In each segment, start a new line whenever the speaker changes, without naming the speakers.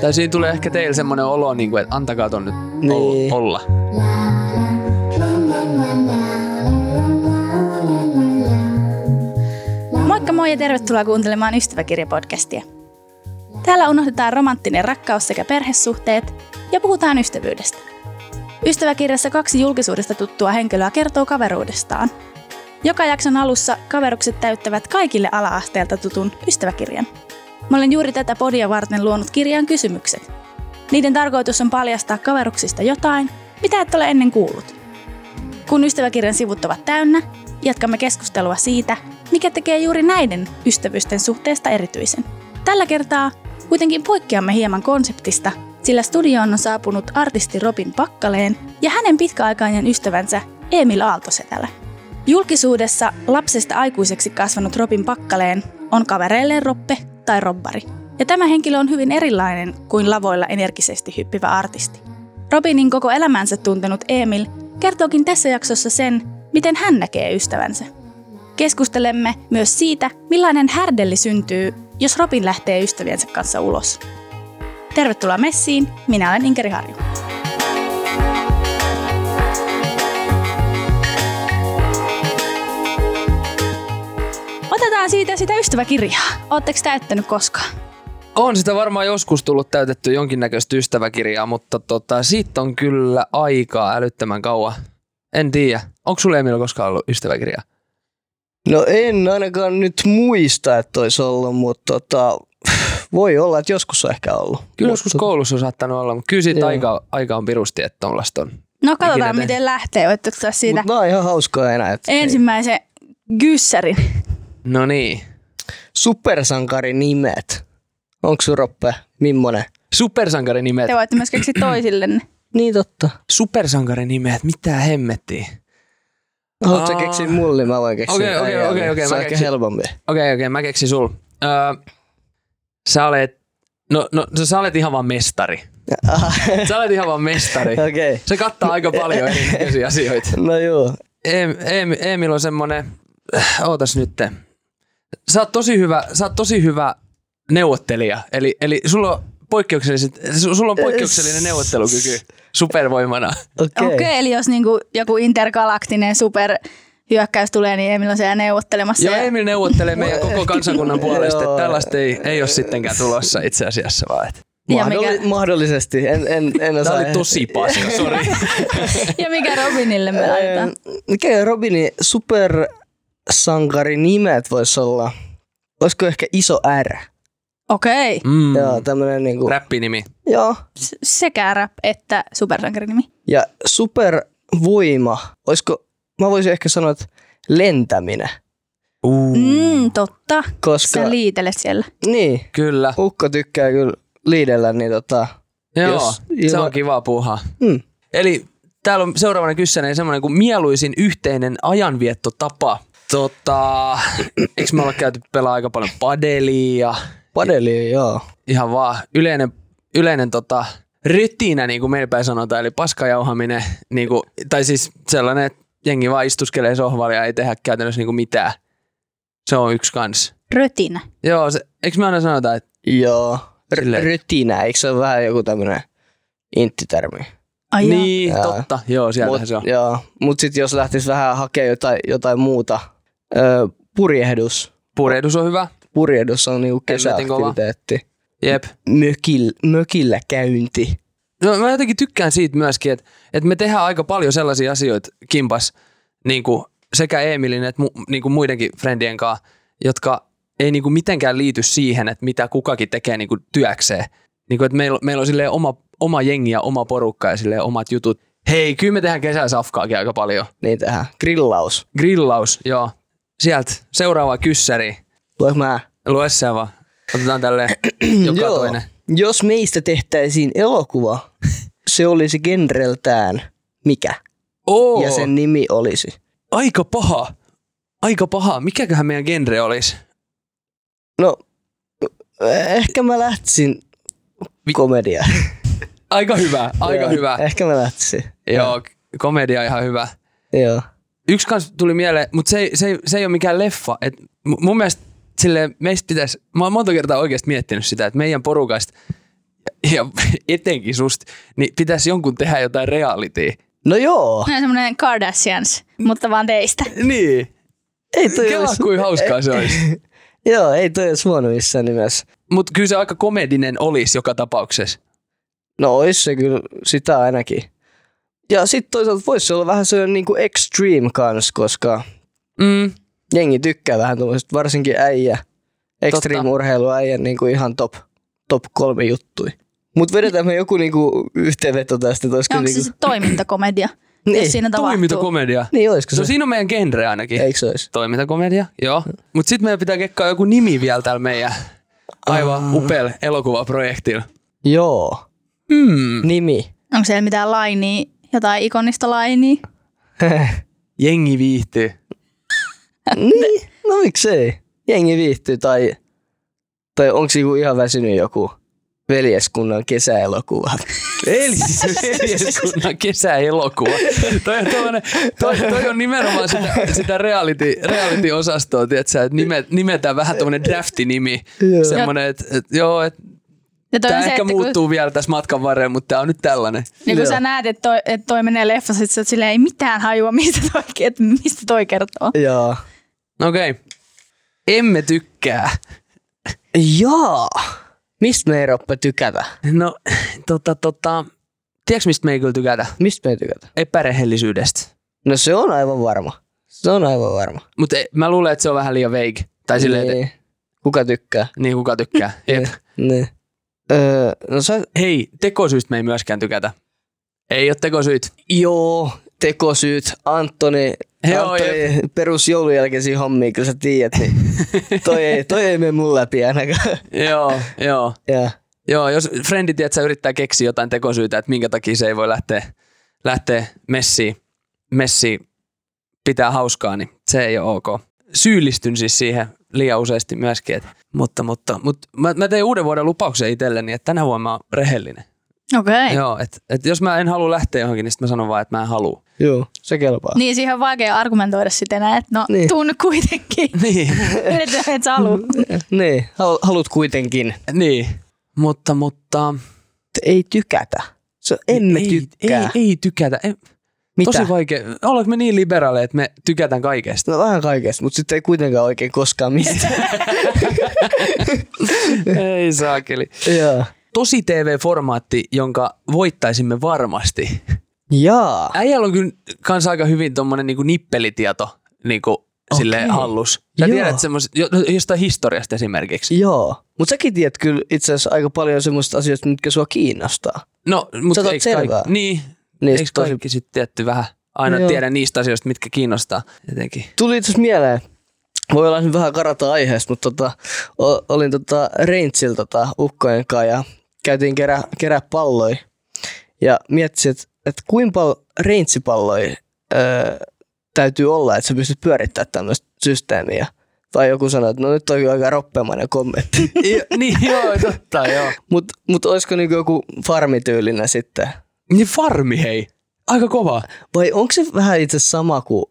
Tai siinä tulee ehkä teille semmoinen olo, niin kuin, että antakaa ton nyt
Niin.
niin. olla.
Moikka moi ja tervetuloa kuuntelemaan Ystäväkirjapodcastia. Täällä unohdetaan romanttinen rakkaus sekä perhesuhteet ja puhutaan ystävyydestä. Ystäväkirjassa kaksi julkisuudesta tuttua henkilöä kertoo kaveruudestaan. Joka jakson alussa kaverukset täyttävät kaikille ala-asteelta tutun ystäväkirjan. Mä olen juuri tätä podia varten luonut kirjaan kysymykset. Niiden tarkoitus on paljastaa kaveruksista jotain, mitä et ole ennen kuullut. Kun ystäväkirjan sivut ovat täynnä, jatkamme keskustelua siitä, mikä tekee juuri näiden ystävyysten suhteesta erityisen. Tällä kertaa kuitenkin poikkeamme hieman konseptista, sillä studioon on saapunut artisti Robin Pakkaleen ja hänen pitkäaikainen ystävänsä Emil Aaltosetälä. Julkisuudessa lapsesta aikuiseksi kasvanut Robin Pakkaleen on kavereilleen roppe tai robbari. Ja tämä henkilö on hyvin erilainen kuin lavoilla energisesti hyppivä artisti. Robinin koko elämänsä tuntenut Emil kertookin tässä jaksossa sen, miten hän näkee ystävänsä. Keskustelemme myös siitä, millainen härdelli syntyy, jos Robin lähtee ystäviensä kanssa ulos. Tervetuloa messiin, minä olen Inkeri Harju. Otetaan siitä sitä ystäväkirjaa. Ootteko täyttänyt koskaan?
On sitä varmaan joskus tullut täytetty jonkinnäköistä ystäväkirjaa, mutta tota, siitä on kyllä aikaa älyttömän kauan. En tiedä. Onko sulla Emil koskaan ollut ystäväkirjaa?
No en ainakaan nyt muista, että olisi ollut, mutta tota, voi olla, että joskus on ehkä ollut.
Kyllä
Mut
joskus
tota-
koulussa on saattanut olla, mutta kyllä siitä
Joo.
aika, aika on pirusti, että tuollaista on.
No katsotaan,
tehnyt.
miten lähtee. Voitteko tulla siitä
Mut nää on ihan hauskaa enää. Että
ensimmäisen gyssärin.
No niin.
Supersankari nimet. Onko sun roppe? Mimmonen?
Supersankarinimet.
Te voitte myös keksiä toisillenne.
Niin totta.
Supersankarinimet, mitä hemmettiin?
Haluatko sä
Aa.
keksiä mulle? Mä voin keksiä.
Okei, okei,
Ai, ai,
okei,
ai.
okei,
Se
mä
on ehkä
keksin.
helpompi.
Okei, okei, mä keksin sul. Öö, sä olet, no, no sä- sä olet ihan vaan mestari.
Ah,
Sä olet ihan vaan mestari.
Okei.
Se kattaa aika paljon erinäköisiä asioita.
No joo.
Em, em, Emil on semmonen, äh, ootas nyt. Sä oot tosi hyvä, sä oot tosi hyvä neuvottelija. Eli, eli sulla on poikkeukselliset, su- sulla on poikkeuksellinen neuvottelukyky supervoimana.
Okei.
Okei, okay, eli jos niinku joku intergalaktinen superhyökkäys tulee, niin Emil on siellä neuvottelemassa.
Ja Emil neuvottelee meidän koko kansakunnan puolesta, että tällaista ei, ei ole sittenkään tulossa itse asiassa vaan. et.
ja,
Mahdolli-
mikä,
Mahdollisesti. En, en, en osaa.
Tää oli tosi paska, sori.
ja mikä Robinille me laitetaan.
Ähm, Mikä Robinin supersankarin nimet voisi olla? Olisiko ehkä iso R?
Okei, okay.
Mm.
Joo, tämmönen niinku...
Räppinimi.
Joo.
sekä rap että supersankarinimi.
Ja supervoima. Olisiko... Mä voisin ehkä sanoa, että lentäminen.
Uh.
Mm, totta.
Koska...
Sä liitelet siellä.
niin.
Kyllä.
Ukko tykkää kyllä liidellä, niin tota...
Joo,
Jos
se
ilma-
on kiva puuhaa.
Mm.
Eli täällä on seuraavana kyssäinen semmoinen kuin mieluisin yhteinen ajanviettotapa. Tota, eikö me olla käyty pelaa aika paljon padelia ja
Padeli, joo.
ihan vaan yleinen, yleinen tota, rytinä, niin kuin meillä päin sanotaan, eli paskajauhaminen, niin kuin, tai siis sellainen, että jengi vaan istuskelee sohvalla ja ei tehdä käytännössä niin kuin mitään. Se on yksi kans.
Rötinä.
Joo, se, eikö me aina sanota, että
Joo. R-
Silleen.
rytinä, eikö se ole vähän joku tämmönen inttitermi?
Ai joo.
niin,
Jaa.
totta, joo, sieltähän
Mut-
se on.
Joo, mutta sitten jos lähtisi vähän hakemaan jotain, jotain muuta, öö, purjehdus.
Purehdus on hyvä,
Purjehdus on niinku
Hemmetin kova.
kesäaktiviteetti.
jep.
Mökil, mökillä käynti.
No, mä jotenkin tykkään siitä myöskin, että, että me tehdään aika paljon sellaisia asioita kimpas niin kuin sekä Emilin että mu, niin kuin muidenkin frendien kanssa, jotka ei niin kuin mitenkään liity siihen, että mitä kukakin tekee niin kuin työkseen. Niin kuin, että meillä, meillä on silleen oma, oma jengi ja oma porukka ja silleen omat jutut. Hei, kyllä me tehdään kesällä safkaakin aika paljon.
Niin tähän. Grillaus.
Grillaus, joo. Sieltä seuraava kyssäri.
Voinko mä?
Lue se vaan. Otetaan tälleen joka
Joo.
toinen.
Jos meistä tehtäisiin elokuva, se olisi genreltään mikä?
Oo,
Ja sen nimi olisi.
aika paha. Aika paha. Mikäköhän meidän genre olisi?
No, ehkä mä lähtisin
Vi-
komedia.
Aika hyvä, aika
Joo,
hyvä.
Ehkä mä lähtisin.
Joo, komedia ihan hyvä.
Joo.
Yksi kans tuli mieleen, mutta se, ei- se, ei- se ei ole mikään leffa. Et mu- mun mielestä silleen, meistä pitäisi, mä oon monta kertaa oikeasti miettinyt sitä, että meidän porukasta ja, ja etenkin susta, niin pitäisi jonkun tehdä jotain realitya.
No joo.
No semmoinen Kardashians, mutta vaan teistä.
Niin.
Ei toi
Kela,
olisi-
kuin hauskaa se olisi.
Joo, ei toi olisi huono missään nimessä.
Mutta kyllä se aika komedinen olisi joka tapauksessa.
No ois se kyllä sitä ainakin. Ja sitten toisaalta voisi se olla vähän sellainen niinku extreme kans, koska
Mm.
jengi tykkää vähän tuommoiset, varsinkin äijä. Extreme urheiluäijä niinku ihan top, top kolme juttui. Mut vedetään me joku niinku yhteenveto tästä, että olisiko
Onko se
niinku...
sitten toimintakomedia,
Niin.
jos siinä tapahtuu?
Toimintakomedia.
Niin oisko se?
No siinä on meidän genre ainakin.
Eikö se ois?
Toimintakomedia, joo. Mutta sitten meidän pitää kekkaa joku nimi vielä täällä meidän aivan upealla elokuvaprojektilla.
Joo.
Mm.
Nimi.
Onko siellä mitään lainia, jotain ikonista lainia?
Jengi viihtyy.
niin, no miksei. Jengi viihtyy tai, tai onko joku ihan väsynyt joku veljeskunnan kesäelokuva.
Eli siis veljeskunnan kesäelokuva. Toi on, tommonen, toi, toi on nimenomaan sitä, sitä reality, reality-osastoa, tiedätkö, että nimet, nimetään vähän tämmöinen draftinimi.
Joo.
Semmoinen, että et, joo, että
Ja toi
Tämä
on se,
ehkä
että kun,
muuttuu vielä tässä matkan varrella, mutta tämä on nyt tällainen.
niin kun
Joo.
sä näet, että toi, että toi menee leffassa, sit sä oot silleen, ei mitään hajua, mistä toi, että mistä toi kertoo.
Joo.
No Okei. Okay. Emme tykkää.
Joo. Mistä me ei roppa tykätä?
No, tota, tota, tiedätkö mistä me ei kyllä tykätä?
Mistä me ei tykätä?
Epärehellisyydestä.
No se on aivan varma. Se on aivan varma.
Mutta e, mä luulen, että se on vähän liian vague. Tai silleen, niin. että
niin. Kuka tykkää?
niin kuka tykkää. Jep.
Niin. Öö, no sä...
Hei, tekosyystä me ei myöskään tykätä. Ei ole tekosyyt.
Joo, tekosyyt. Antoni,
Joo,
Antoni perus joulun jälkeisiä hommia, kun sä tiedät, niin toi ei, toi ei mene mun läpi ainakaan.
joo, joo.
Ja.
Joo, jos frendi tiedät, sä yrittää keksiä jotain tekosyytä, että minkä takia se ei voi lähteä, lähteä messiin, messiin pitää hauskaa, niin se ei ole ok. Syyllistyn siis siihen liian useasti myöskin. Et, mutta mutta, mutta mä, mä, tein uuden vuoden lupauksen itselleni, että tänä vuonna mä oon rehellinen.
Okei. Okay.
Joo, että et jos mä en halua lähteä johonkin, niin sit mä sanon vaan, että mä en halua.
Joo, se kelpaa.
Niin, siihen on vaikea argumentoida sitä enää, että no
Niin.
niin. tuu nyt kuitenkin.
Niin.
Yritetään, että sä haluat.
Niin, halu- haluat kuitenkin.
niin. Mutta, mutta...
Ei tykätä. Se emme
ei,
tykkää.
Ei, ei tykätä. Ei,
Mitä?
tosi vaikea. Ollaanko me niin liberaaleja, että me tykätään kaikesta?
No vähän kaikesta, mutta sitten ei kuitenkaan oikein koskaan mistään.
ei saakeli.
Joo.
tosi TV-formaatti, jonka voittaisimme varmasti.
Jaa.
Äijällä on kyllä kans aika hyvin tommonen niinku nippelitieto niinku sille hallus. Sä
Joo.
tiedät semmos, jo, jostain historiasta esimerkiksi.
Joo. Mutta säkin tiedät kyllä itse asiassa aika paljon semmoista asioista, mitkä sua kiinnostaa.
No,
Sä
mutta
otat
eikö
selvää.
kaikki, niin,
Niistä
eikö
tosi-
kaikki sitten tietty vähän aina
Joo.
Joo. tiedä niistä asioista, mitkä kiinnostaa jotenkin.
Tuli itse asiassa mieleen, voi olla nyt vähän karata aiheesta, mutta tota, o- olin tota Reintsil tota ukkojen kanssa ja käytiin kerää, kerää palloja. Ja miettisin, että et kuinka paljon Reintsipalloja öö, täytyy olla, että sä pystyt pyörittämään tämmöistä systeemiä. Tai joku sanoi, että no nyt on kyllä aika roppemainen kommentti.
jo, niin, joo, totta, joo.
Mutta mut olisiko niinku joku farmityylinen sitten?
Niin farmi, hei. Aika kova.
Vai onko se vähän itse asiassa sama kuin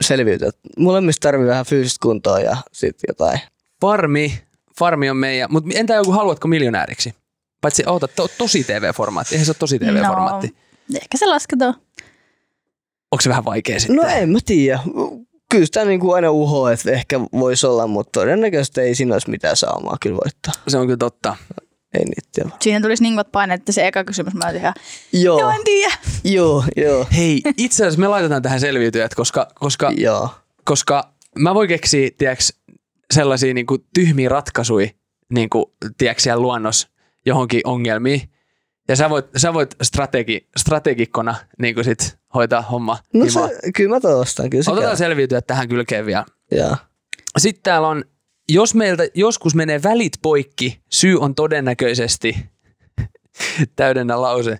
selviytyä? Molemmissa tarvii vähän fyysistä kuntoa ja sitten jotain.
Farmi, farmi on meidän. Mutta entä joku haluatko miljonääriksi? Paitsi oota, to, tosi TV-formaatti. Eihän se ole tosi TV-formaatti.
No, ehkä se lasketaan.
Onko se vähän vaikea sitten?
No en mä tiedä. Kyllä sitä niinku aina uhoa, että ehkä voisi olla, mutta todennäköisesti ei siinä olisi mitään saamaa kyllä voittaa.
Se on kyllä totta.
Ei niitä tiedä.
Siinä tulisi niin paine, painetta se eka kysymys. Mä olisin ihan,
Joo,
joo en tiedä.
joo, joo,
Hei, itse asiassa me laitetaan tähän selviytyjät, koska, koska,
joo.
koska mä voin keksiä, tiiäks, sellaisia niinku tyhmiä ratkaisuja, niinku, tiiäks, siellä luonnos johonkin ongelmiin. Ja sä voit, sä voit strategi, strategikkona niinku sit hoitaa homma.
No
himaa.
se, kyllä mä toivostan, kyllä se
Otetaan selviytyjät tähän kylkeen vielä.
käy. Joo.
Sitten täällä on, jos meiltä joskus menee välit poikki, syy on todennäköisesti täydennä lause.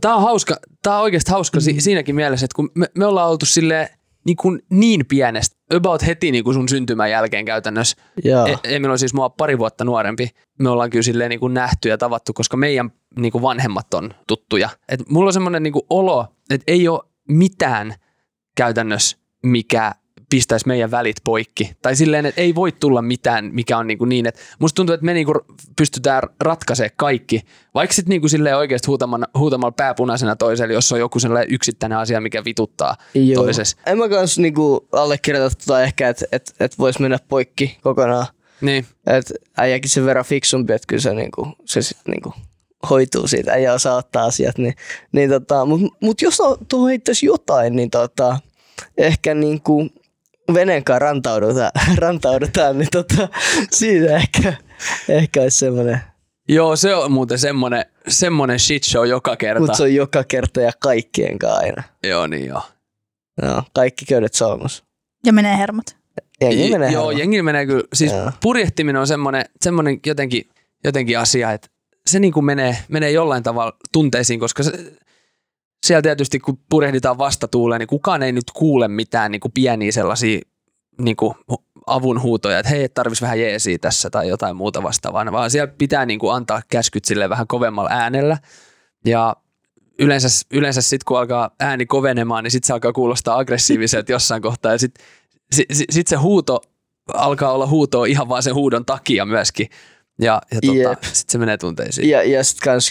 Tämä on hauska, tää on oikeasti hauska mm. si- siinäkin mielessä, että kun me, me ollaan oltu sille niin, kuin niin pienestä, about heti niin kuin sun syntymän jälkeen käytännössä.
Joo.
E- Emil on siis mua pari vuotta nuorempi. Me ollaan kyllä silleen niin kuin nähty ja tavattu, koska meidän niin kuin vanhemmat on tuttuja. Et niinku mulla on semmoinen niin kuin olo, että ei ole mitään käytännössä, mikä pistäisi meidän välit poikki. Tai silleen, että ei voi tulla mitään, mikä on niinku niin, että musta tuntuu, että me niinku pystytään ratkaisemaan kaikki. Vaikka sitten niinku silleen oikeasti huutaman, huutamalla pääpunaisena toiselle, jos on joku sellainen yksittäinen asia, mikä vituttaa Joo. E- toisessa.
En mä kans niinku allekirjoita tota ehkä, että et, et vois mennä poikki kokonaan.
Niin.
Et äijäkin sen verran fiksumpi, että kyllä se, niinku, se sit niinku hoituu siitä, äijä osaa ottaa asiat. Niin, niin tota, mut, mut jos to- tuohon heittäisi jotain, niin tota, ehkä niinku veneen kanssa rantaudutaan, rantaudutaan niin tota, siinä ehkä, ehkä olisi semmoinen.
Joo, se on muuten semmonen, semmonen shit show joka kerta.
Mutta se on joka kerta ja kaikkien kanssa aina.
Joo, niin joo.
No, kaikki köydet solmus.
Ja menee hermot.
Jengi menee
Niin, joo,
hermo.
jengi menee kyllä. Siis
Joo.
purjehtiminen on semmoinen, semmoinen jotenkin, jotenkin asia, että se niin kuin menee, menee jollain tavalla tunteisiin, koska se, siellä tietysti kun purjehditaan vastatuuleen, niin kukaan ei nyt kuule mitään niin kuin pieniä sellaisia niin kuin avunhuutoja, että hei, tarvis vähän jeesiä tässä tai jotain muuta vastaavaa, vaan siellä pitää niin kuin antaa käskyt sille vähän kovemmalla äänellä. Ja yleensä, yleensä sitten kun alkaa ääni kovenemaan, niin sitten se alkaa kuulostaa aggressiiviselta jossain kohtaa ja sitten sit, sit, sit se huuto alkaa olla huutoa ihan vaan sen huudon takia myöskin. Ja, ja
Jep.
tota, sitten se menee tunteisiin.
Ja, ja sitten kans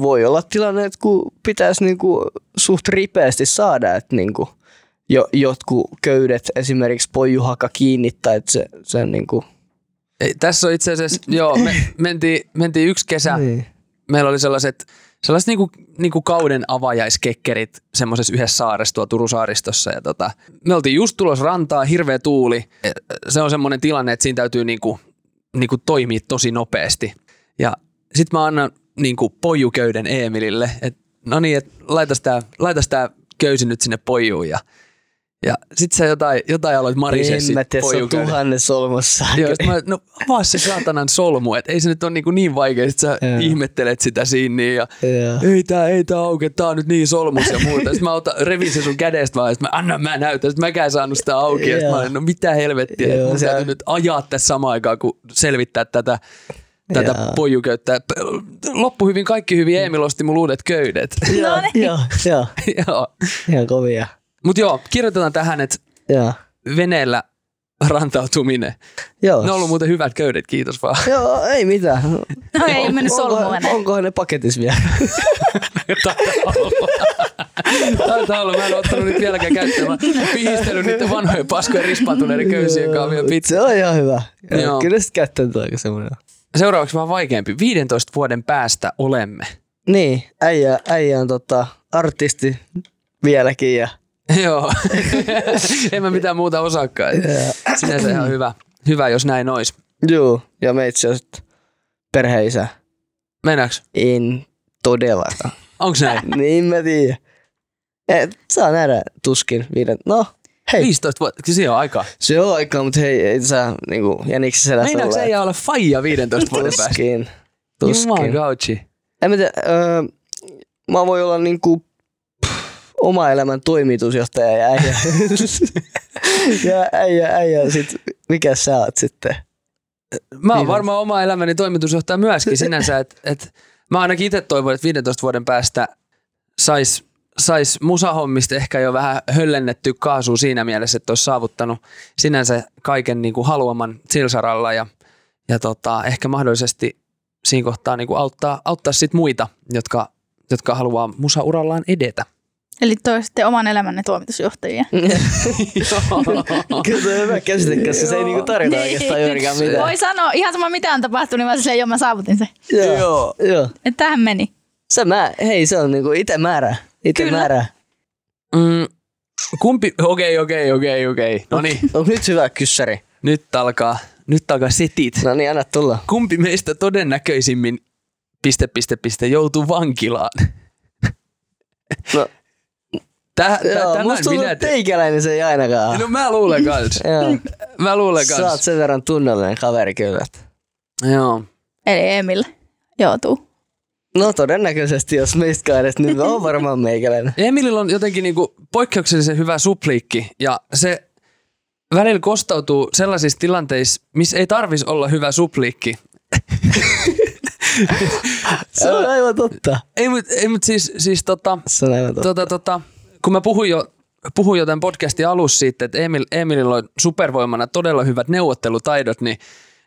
voi olla tilanne, että kun pitäisi niinku suht ripeästi saada, että niinku jo, jotkut köydet esimerkiksi poijuhaka kiinni tai että se, se niinku,
Ei, tässä on itse asiassa, joo, me mentiin, mentiin yksi kesä, niin.
niin.
meillä oli sellaiset, sellaiset niinku, niinku kauden avajaiskekkerit semmoisessa yhdessä saaressa tuolla Turun saaristossa. Ja tota, me oltiin just tulos rantaa, hirveä tuuli. äh, Se on semmoinen tilanne, että siinä täytyy niinku, niinku toimia tosi nopeasti. Ja sit mä annan niinku pojuköyden Eemilille, että no niin, että laitas tää, laitas tää köysi nyt sinne pojuun. Ja, ja sit sä jotain, jotain aloit marisee
en mä
sit
tiedä, se on
pojuköyden.
tuhannen solmussa.
Joo, sit mä, oon, no avaa se saatanan solmu, että ei se nyt ole niinku niin vaikea, että sä
Joo.
ihmettelet sitä siinä niin, ja
Joo.
ei tää, ei tää auke, tää on nyt niin solmus ja muuta. Sitten mä otan, revin sen sun kädestä vaan, sitten mä annan, mä näytän, sitten mäkään saanut sitä auki, ja sit mä
Joo.
olin, no mitä helvettiä,
Joo,
että mun
sä-
täytyy nyt ajaa tässä samaan aikaan, kun selvittää tätä, tätä
Joo.
pojuköyttä. Loppu hyvin, kaikki hyvin, Emil osti mun uudet köydet.
Joo, joo, joo,
Joo.
ihan kovia.
Mut joo, kirjoitetaan tähän, että
Joo.
veneellä rantautuminen.
Joo.
Ne on ollut muuten hyvät köydet, kiitos vaan.
Joo, ei mitään.
No ei mennyt solmuun enää.
Onkohan ne paketissa vielä?
Taitaa olla. Taitaa olla. Mä en ottanut niitä vieläkään käyttöön. Mä pihistellyt niitä vanhojen paskojen rispaantuneiden köysien kanssa vielä pit.
Se on ihan hyvä.
Joo.
Joo. Kyllä sitten käyttää tuo aika semmoinen.
Seuraavaksi vähän vaikeampi. 15 vuoden päästä olemme.
Niin, äijä, äijä on tota, artisti vieläkin ja
Joo. en mä mitään muuta osaakaan. Sinänsä ihan hyvä. Hyvä, jos näin ois.
juu, ja me itse asiassa perheisä.
Mennäänkö?
En todellakaan.
Onks näin?
niin mä tiedän. Et, saa nähdä tuskin viiden. No, hei.
15 vuotta. Kyllä Siinä on aikaa.
Se on aikaa, mutta hei, ei saa niinku jäniksen selässä
Meinääks
olla.
ei ole faija 15 vuoden päästä?
Tuskin.
Juman
Tuskin.
gauchi.
En mä tiedä, öö, mä voi olla niinku pff, oma elämän toimitusjohtaja ja äijä. ja äijä, äijä, sit mikä sä oot sitten?
Mä oon
Niin.
varmaan oma elämäni toimitusjohtaja myöskin sinänsä, että et, mä ainakin itse toivon, että 15 vuoden päästä sais, sais musahommista ehkä jo vähän höllennetty kaasu siinä mielessä, että olisi saavuttanut sinänsä kaiken niin kuin haluaman silsaralla ja, ja tota, ehkä mahdollisesti siinä kohtaa niin kuin auttaa, auttaa sit muita, jotka, jotka haluaa musaurallaan edetä.
Eli toisitte oman elämänne tuomitusjohtajia.
Kyllä se on hyvä käsite, koska se ei niinku tarjota oikeastaan juurikaan mitään.
Niin. Voi sanoa, ihan sama mitä on tapahtunut, niin vaan silleen, joo mä saavutin sen.
Joo. Joo.
Että tähän meni.
Se mä, hei se on niinku ite määrä. Ite
Kyllä.
määrä.
Mm, kumpi? Okei, okei, okei, okei. No niin,
Onko nyt hyvä kyssäri?
nyt alkaa, nyt alkaa setit.
No niin, anna tulla.
kumpi meistä todennäköisimmin piste, piste, piste, joutuu vankilaan?
No,
Täh, täh,
joo,
tämän
musta tuntuu,
minä
että
te...
teikäläinen se ei ainakaan.
No mä luulen kans.
Joo.
Mä luulen
Sä oot
kans.
sen verran tunnollinen kaveri kyllä. että-
Joo.
Eli Emil joutuu.
No todennäköisesti, jos meistä kahdesta, niin mä oon varmaan meikäläinen.
Emilillä on jotenkin niinku poikkeuksellisen hyvä supliikki ja se välillä kostautuu sellaisissa tilanteissa, missä ei tarvis olla hyvä supliikki.
Se on aivan totta.
Ei mut, ei, mut siis, siis tota,
Se on aivan totta.
tota, tota, kun mä puhuin jo puhui joten podcastin alussa siitä, että Emil, Emilillä on supervoimana todella hyvät neuvottelutaidot, niin,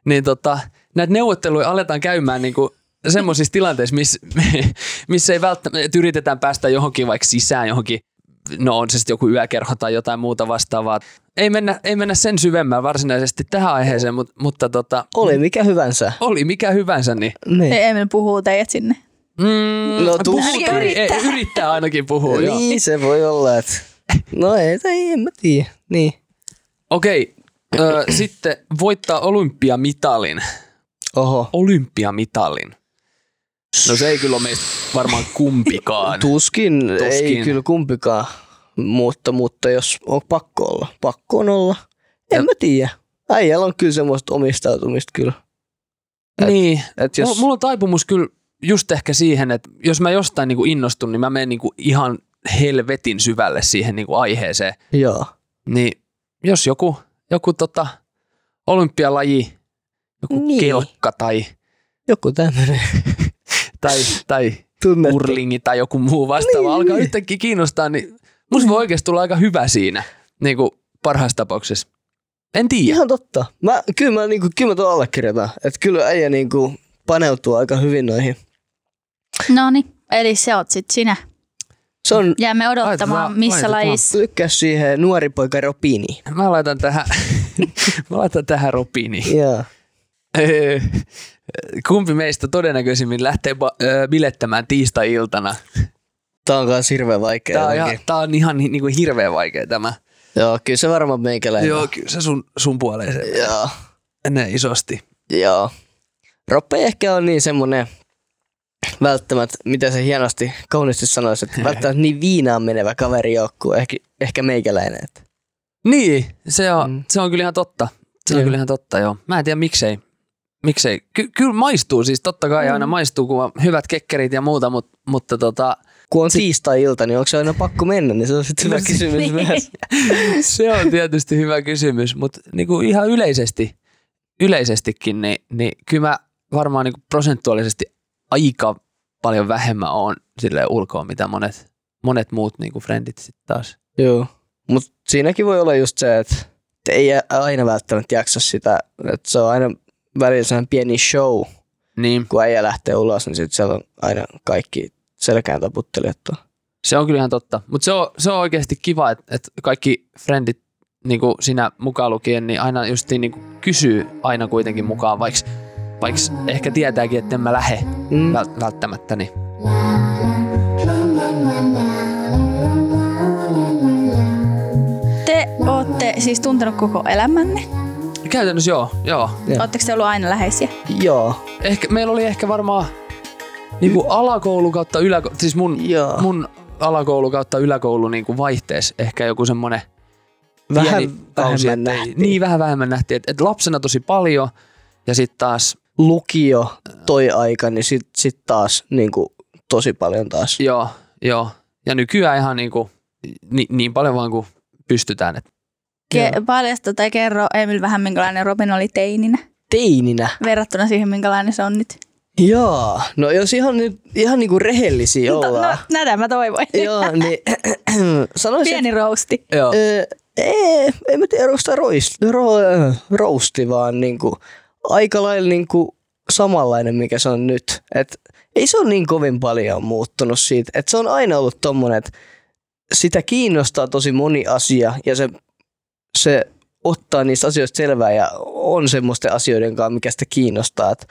niin tota, näitä neuvotteluja aletaan käymään niin kuin semmoisissa tilanteissa, missä, missä ei välttämättä, että yritetään päästä johonkin vaikka sisään johonkin, no on se sitten joku yökerho tai jotain muuta vastaavaa. Ei mennä, ei mennä sen syvemmään varsinaisesti tähän aiheeseen, mutta, mutta tota,
Oli mikä hyvänsä.
oli mikä hyvänsä, niin
Niin.
Ja Emil puhuu teidät sinne.
Mm,
No,
puhuu
tuskin.
kyllä.
Ainakin yrittää.
Ei, yrittää ainakin puhua, joo.
niin se voi olla, että... No ei, tai en mä tiedä. Niin.
Okei, ö, sitten voittaa olympiamitalin.
Oho.
Olympiamitalin. No se ei kyllä ole meistä varmaan kumpikaan.
Tuskin, ei
niin. Tuskin.
kyllä kumpikaan. Mutta, mutta jos on pakko olla. Pakko on olla. En
Ja-
mä tiedä. Äijällä on kyllä semmoista omistautumista kyllä.
Niin.
Et
Jos...
jos,
Mulla on taipumus kyllä just ehkä siihen, että jos mä jostain niinku innostun, niin mä menen niinku ihan helvetin syvälle siihen niinku aiheeseen.
joo.
Niin jos joku, joku tota, olympialaji, joku
Niin.
niin. kelkka tai,
Joku tämmöinen
tai, tai
tunne.
urlingi tai joku muu vastaava
Niin,
niin, alkaa
niin.
niin. yhtäkkiä kiinnostaa, niin musta voi oikeasti tulla aika hyvä siinä, niin kuin parhaassa tapauksessa. En tiedä.
Ihan totta. Mä, kyllä mä, niinku, kyllä mä tuon allekirjoitan. Että kyllä äijä niinku, paneutuu aika hyvin noihin.
No niin, eli se oot sit sinä.
Se on,
Jäämme odottamaan,
Laitetaan-
missä
laitetaan.
lajissa.
lykkäs siihen nuori poika Ropini.
Mä laitan tähän, mä laitan tähän ropiini.
Joo.
Öö, Kumpi meistä todennäköisimmin lähtee ba- öö, bilettämään tiistai-iltana?
Tää on kans hirveän vaikea.
Tää on ihan,
jotenkin.
tää on ihan ni- niinku hirveän vaikea tämä.
Joo, kyllä se varmaan meikäläinen.
Joo,
on.
kyllä se sun, sun puoleeseen
Joo.
menee isosti.
Joo. Roppe ei ehkä on niin semmonen välttämättä, mitä se hienosti, kauniisti sanoisi, että välttämättä niin viinaan menevä kaverijoukkue, ehkä, ehkä meikäläinen. Että.
Niin, se on,
Mm.
mm. se on kyllä ihan totta. Se on
Joo.
kyllä ihan totta, joo. Mä en tiedä miksei. miksei. Ky- kyllä maistuu siis, totta kai mm. aina maistuu, kun on hyvät kekkerit ja muuta, mut, mutta tota,
Kun on tiistai-ilta, niin onko se aina pakko mennä, niin se on sitten
No
hyvä kysymys
Niin.
myös.
se on tietysti hyvä kysymys. Mutta niinku ihan yleisesti, yleisestikin, niin, niin kyllä mä varmaan niinku prosentuaalisesti aika paljon vähemmän on sille ulkoa, mitä monet, monet muut niinku frendit sitten taas.
Joo. Mutta siinäkin voi olla just se, että et ei aina välttämättä jaksa sitä, että se on aina välillä sellainen pieni show,
Niin,
kun äijä lähtee ulos, niin sitten siellä on aina kaikki selkään taputtelijat. on.
Se on kyllä ihan totta. Mutta se on, se on oikeasti kiva, että et kaikki frendit niin kuin sinä mukaan lukien, niin aina justiin niin kuin kysyy aina kuitenkin mukaan, vaikka vaiks ehkä tietääkin, että en mä lähe
Mm.
vält- välttämättä. Niin.
Te ootte siis tuntenut koko elämänne.
Käytännössä joo, joo.
Joo.
Ootteko te ollut aina läheisiä?
Joo.
Ehkä, meillä oli ehkä varmaan niin kuin alakoulu kautta yläkoulu, siis mun,
Joo.
mun alakoulu kautta yläkoulu niin kuin vaihteessa ehkä joku semmonen pieni
Vähän
kausi,
vähemmän
että ei-
nähtiin.
Niin, vähän vähemmän nähtiin. Et, et lapsena tosi paljon ja sitten taas
lukio toi aika, niin sit, sit taas niin kuin, tosi paljon taas.
Joo, joo. Ja nykyään ihan niin, kuin, ni, niin paljon vaan kuin pystytään. Et
Ke- paljasta tai kerro Emil vähän, minkälainen Robin oli teininä
Teininä.
verrattuna siihen, minkälainen se on nyt.
Joo. No jos ihan, nyt- ihan niin kuin rehellisiä ollaan.
No, näitä mä toivoin.
Joo, niin sanoisin,
Pieni rousti.
joo.
Öö, ei, en mä tiedä, onko sitä roist- ro- rousti, vaan niinku, aika lailla niinku samanlainen, mikä se on nyt. Et, ei se ole niin kovin paljon muuttunut siitä. Et se on aina ollut tommonen, että sitä kiinnostaa tosi moni asia ja se, se ottaa niistä asioista selvää ja on semmoisten asioiden kanssa, mikä sitä kiinnostaa. Et,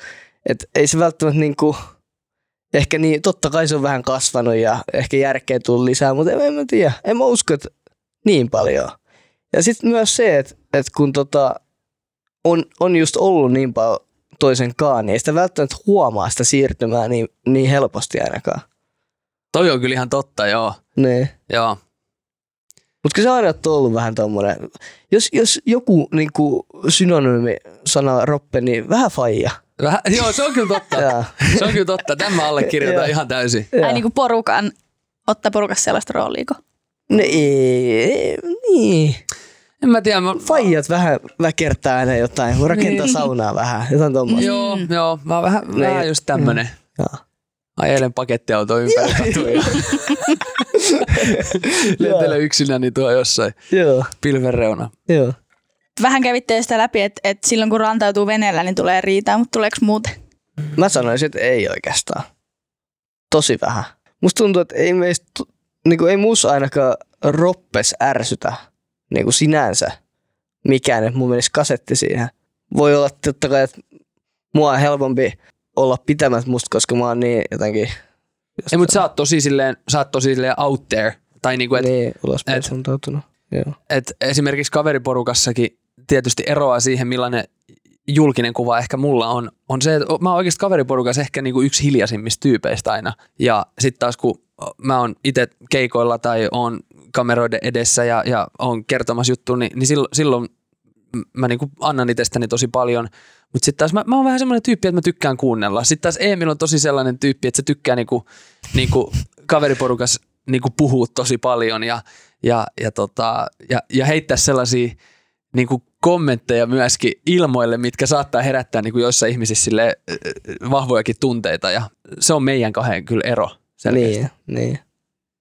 et ei se välttämättä niinku, ehkä niin, totta kai se on vähän kasvanut ja ehkä järkeä tullut lisää, mutta en, en mä tiedä. En mä usko, että niin paljon. Ja sitten myös se, että et kun tota, on, on just ollut niin paljon toisen kaan, niin ei sitä välttämättä huomaa sitä siirtymää niin, niin helposti ainakaan.
Toi on kyllä ihan totta, joo.
Niin.
joo.
Mutta kyllä se aina on ollut vähän tommonen, jos, jos joku niinku, synonyymi sana roppe, niin vähän faija.
Vähän, joo, se on kyllä totta.
Jaa.
se on kyllä totta. Tämä
Joo.
allekirjoitan ihan täysin.
Joo.
Ai niin kuin porukan, ottaa porukassa sellaista rooliiko.
No ei, ei, niin.
En mä tiedä. Mä,
Faijat vähän väkertää aina jotain, rakentaa
Niin.
saunaa vähän, jotain tommoista.
joo, joo. Mä oon vähän, vähän just tämmönen.
Jaa.
Ajelen pakettiauto ympäri katuja. Lentele yksinäni tuo jossain
Joo,
pilven reuna.
joo.
Vähän kävitte sitä läpi, että et silloin kun rantautuu veneellä, niin tulee riitaa, mutta tuleeko muuten?
Mä sanoisin, että ei oikeastaan. Tosi vähän. Musta tuntuu, että ei meistä, tu- niinku ei mus ainakaan roppes ärsytä niinku sinänsä mikään, että mun menisi kasetti siihen. Voi olla totta kai, että mua on helpompi olla pitämättä musta, koska mä oon niin jotenkin
Ei, mutta sä oot tosi silleen, sä oot tosi silleen out there. Tai niinku, et,
niin ulospäin
et-
suuntautunut. Joo.
et esimerkiksi kaveriporukassakin tietysti eroaa siihen, millainen julkinen kuva ehkä mulla on, on se, että mä oon oikeasti kaveriporukassa ehkä niinku yksi hiljaisimmista tyypeistä aina. Ja sitten taas kun mä oon itse keikoilla tai oon kameroiden edessä ja, ja oon kertomassa juttu, niin, niin silloin, silloin mä niinku annan itsestäni tosi paljon. Mutta sitten taas mä, mä oon vähän semmoinen tyyppi, että mä tykkään kuunnella. Sitten taas Emil on tosi sellainen tyyppi, että se tykkää niinku, niinku kaveriporukas niinku puhua tosi paljon ja, ja, ja, tota, ja, ja heittää sellaisia niinku kommentteja myöskin ilmoille, mitkä saattaa herättää niinku joissain ihmisissä sille vahvojakin tunteita. Ja se on meidän kahden kyllä ero. Selkeästi.
Niin, niin.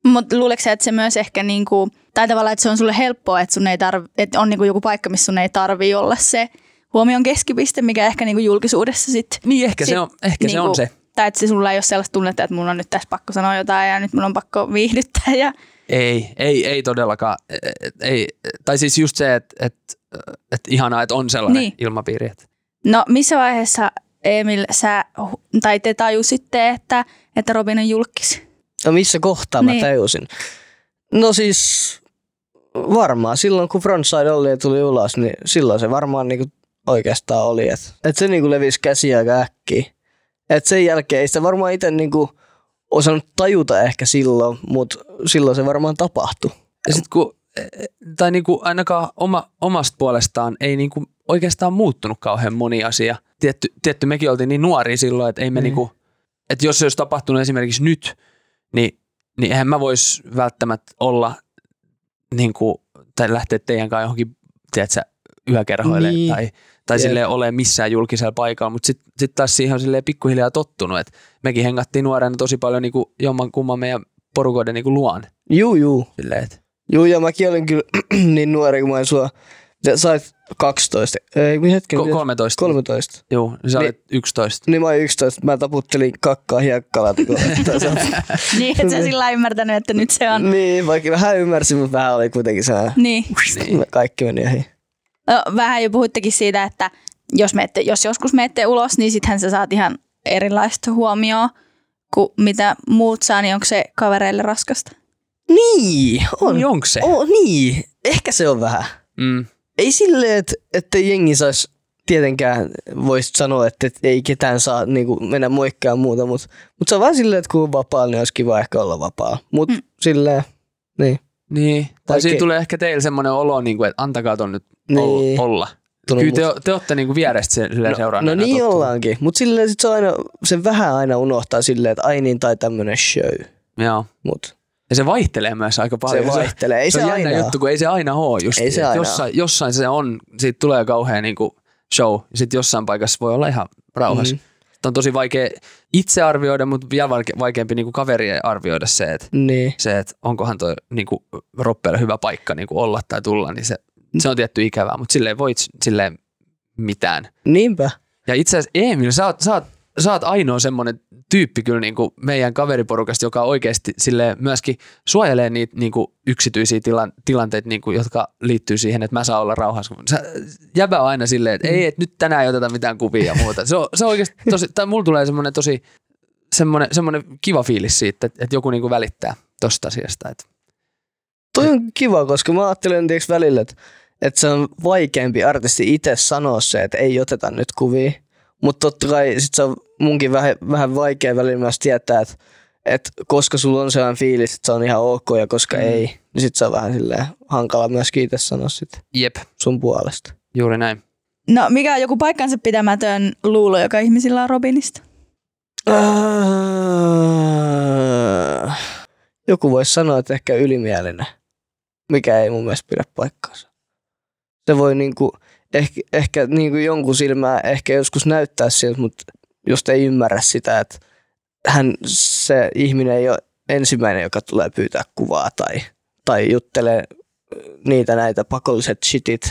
Mutta luuleeko sä, että se myös ehkä niinku, tai tavallaan, että se on sulle helppoa, että, sun ei tarvi, että on niinku joku paikka, missä sun ei tarvi olla se huomion keskipiste, mikä ehkä niinku julkisuudessa sitten.
Niin, ehkä, se,
Sit
on, ehkä se on se.
Tai että se sulla ei ole sellaista tunnetta, että mulla on nyt tässä pakko sanoa jotain ja nyt mulla on pakko viihdyttää. Ja,
Ei, ei, ei todellakaan. Eh, Ei, tai siis just se, että et, et ihanaa, että on sellainen
Niin.
niin. ilmapiiri. Että
no missä vaiheessa Emil, sä, hu- tai te tajusitte, että, että Robin on julkis?
No missä kohtaa
Niin.
mä tajusin? No siis varmaan silloin kun Frontside oli ja tuli ulos, niin silloin se varmaan niinku oikeastaan oli. Että et se niinku levisi käsiä aika äkkiä. Et sen jälkeen ei sitä varmaan itse niinku osannut tajuta ehkä silloin, mutta silloin se varmaan tapahtui.
Ja sit kun, tai niinku ainakaan oma, omasta puolestaan ei niinku oikeastaan muuttunut kauhean moni asia. Tietty, tietty mekin oltiin niin nuoria silloin, että ei me
Mm.
niinku, että jos se olisi tapahtunut esimerkiksi nyt, niin, niin eihän mä voisi välttämättä olla niinku, tai lähteä teidän kanssa johonkin, tiedätkö, yökerhoille
Niin.
niin. tai, tai
Jep.
silleen ole missään julkisella paikalla, mutta sitten sit taas siihen on silleen pikkuhiljaa tottunut, että mekin hengattiin nuorena tosi paljon niinku jomman kumman meidän porukoiden niinku luon.
Juu, juu.
Silleen, että
Juu, ja mäkin olin kyllä niin nuori kuin mä en sua. Sä sait 12, ei hetken,
ko- 13.
13.
Joo, niin sä
Ni-
olet 11.
Niin mä olin 11, mä taputtelin kakkaa hiekkalaatikkoa.
Niin, että sä sillä lailla ymmärtänyt, että nyt se on.
Niin, vaikka vähän ymmärsin, mutta vähän oli kuitenkin se.
Niin.
Niin. Kaikki meni ohi.
No, vähän jo puhuttekin siitä, että jos, meette, jos joskus menette ulos, niin sittenhän sä saat ihan erilaista huomioon kuin mitä muut saa, niin onko se kavereille raskasta?
Niin, on.
Niin onko se?
O, niin, ehkä se on vähän.
Mm.
Ei silleen, että, että jengi saisi tietenkään voisi sanoa, että, että ei ketään saa niin kuin, mennä moikkaan muuta, mutta, mutta se on vähän silleen, että kun on vapaa, niin olisi kiva ehkä olla vapaa. Mutta
Mm.
mm. silleen, niin,
Niin. Tai
Vaikea-
siinä tulee ehkä teillä semmoinen olo, niin kuin, että antakaa ton nyt niin.
Niin.
olla.
tunnu
Kyllä te,
musta.
te olette niin vierestä se- silleen
No
seuranneena
niin
tottunut.
ollaankin, mutta silleen sit se, on aina, se vähän aina unohtaa silleen, että ai niin tai tämmönen show,
Joo.
mutta
Ja se vaihtelee myös aika paljon.
se vaihtelee. Ei
se,
se,
se on
aina
jännä juttu, kun ei se aina ole just.
Ei se
Että
aina
jossain, jossain se on, siitä tulee kauhean niin kuin show, ja sitten jossain paikassa voi olla ihan rauhassa. Mm. On tosi vaikea itse arvioida, mutta vielä vaike- vaikeampi niin kuin kaverien arvioida se, että
Niin.
se, että onkohan toi niinku, roppeilla hyvä paikka niinku, olla tai tulla, niin se, se on tietty ikävää, mutta silleen voit silleen mitään.
Niinpä.
Ja itse asiassa Emil, sä oot, sä oot, sä oot ainoa semmoinen tyyppi kyllä niinku, meidän kaveriporukasta, joka oikeasti sille myöskin suojelee niitä niinku, yksityisiä tila, tilanteita, niinku, jotka liittyy siihen, että mä saan olla rauhassa. Sä, jäbä on aina silleen, että ei, et nyt tänään ei oteta mitään kuvia ja muuta. Se on, se on oikeasti tosi, tai mulla tulee semmoinen tosi semmoinen, semmoinen kiva fiilis siitä, että, että joku niinku välittää tosta asiasta. Että
Toi on kiva, koska mä ajattelen tiiäks, välillä, että, että se on vaikeampi artisti itse sanoa se, että ei oteta nyt kuvia. Mutta totta kai sit se on munkin vähän, vähän vaikea välillä myös tietää, että, että koska sulla on sellainen fiilis, että se on ihan ok ja koska
Mm.
mm. ei, niin sit se on vähän silleen hankala myös itse sanoa sit
jep,
sun puolesta.
juuri näin.
No, mikä on joku paikkansa pitämätön luulo, joka ihmisillä on Robinista?
Äh, Joku voisi sanoa, että ehkä ylimielinen, mikä ei mun mielestä pidä paikkaansa. Se voi niinku, ehkä, ehkä niinku jonkun silmää ehkä joskus näyttää siltä, mutta just ei ymmärrä sitä, että hän, se ihminen ei ole ensimmäinen, joka tulee pyytää kuvaa tai, tai juttelee äh, niitä näitä pakolliset shitit.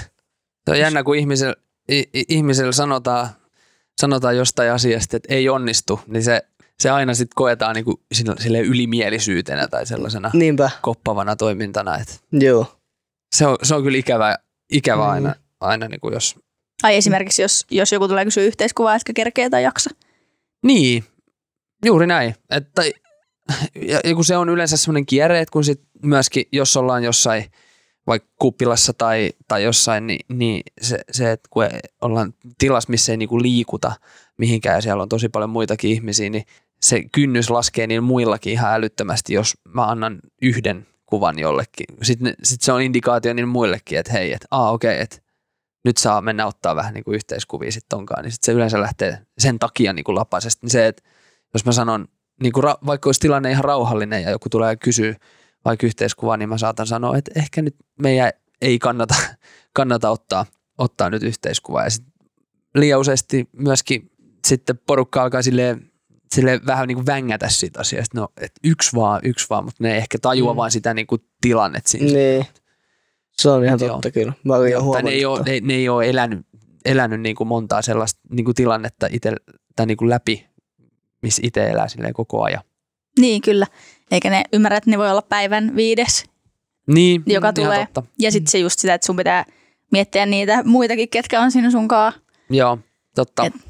Se on jännä, kun ihmisellä, i- i- ihmisellä sanotaan, sanotaan jostain asiasta, että ei onnistu, niin se, se aina sitten koetaan niinku sille, sille ylimielisyytenä tai sellaisena
Niinpä,
koppavana toimintana. Et
joo.
se, on, se on kyllä ikävä, ikävä
Mm.
mm. aina, aina niinku jos...
Ai esimerkiksi, jos, jos joku tulee kysyä yhteiskuvaa, etkä kerkeä tai jaksa.
Niin, juuri näin. Et, tai, ja, ja kun se on yleensä sellainen kierre, että kun sit myöskin, jos ollaan jossain vaikka kuppilassa tai, tai jossain, niin, niin se, se, että kun ollaan tilassa, missä ei niinku liikuta mihinkään ja siellä on tosi paljon muitakin ihmisiä, niin se kynnys laskee niin muillakin ihan älyttömästi, jos mä annan yhden kuvan jollekin. Sitten sit se on indikaatio niin muillekin, että hei, että aa okei, että nyt saa mennä ottaa vähän niin kuin yhteiskuvia sitten tonkaan, niin sit se yleensä lähtee sen takia niin kuin lapasesti. Niin se, että jos mä sanon, niin kuin ra- vaikka olisi tilanne ihan rauhallinen ja joku tulee ja kysyy vaikka yhteiskuvaa, niin mä saatan sanoa, että ehkä nyt meidän ei kannata, kannata ottaa, ottaa nyt yhteiskuvaa. Ja sit liian useasti myöskin sitten porukka alkaa silleen, silleen vähän niin kuin vängätä siitä asiasta. No, että yksi vaan, yksi vaan, mutta ne ei ehkä tajua mm.
Mm.
vaan sitä niin kuin tilannetta siinä.
Niin. Se on ihan
Joo.
totta kyllä. Mä olin jo
Tai ne ei
huomannut.
ole,
että-
ne, ne ei ole elänyt, elänyt niin kuin montaa sellaista niin kuin tilannetta itse, tai niin kuin läpi, missä itse elää silleen koko ajan.
Niin, kyllä. Eikä ne ymmärrä, että ne voi olla päivän viides.
Niin,
Joka
ihan
tulee.
Totta.
Ja sitten se just sitä, että sun pitää miettiä niitä muitakin, ketkä on siinä sunkaan.
Joo, totta.
Et-
Et.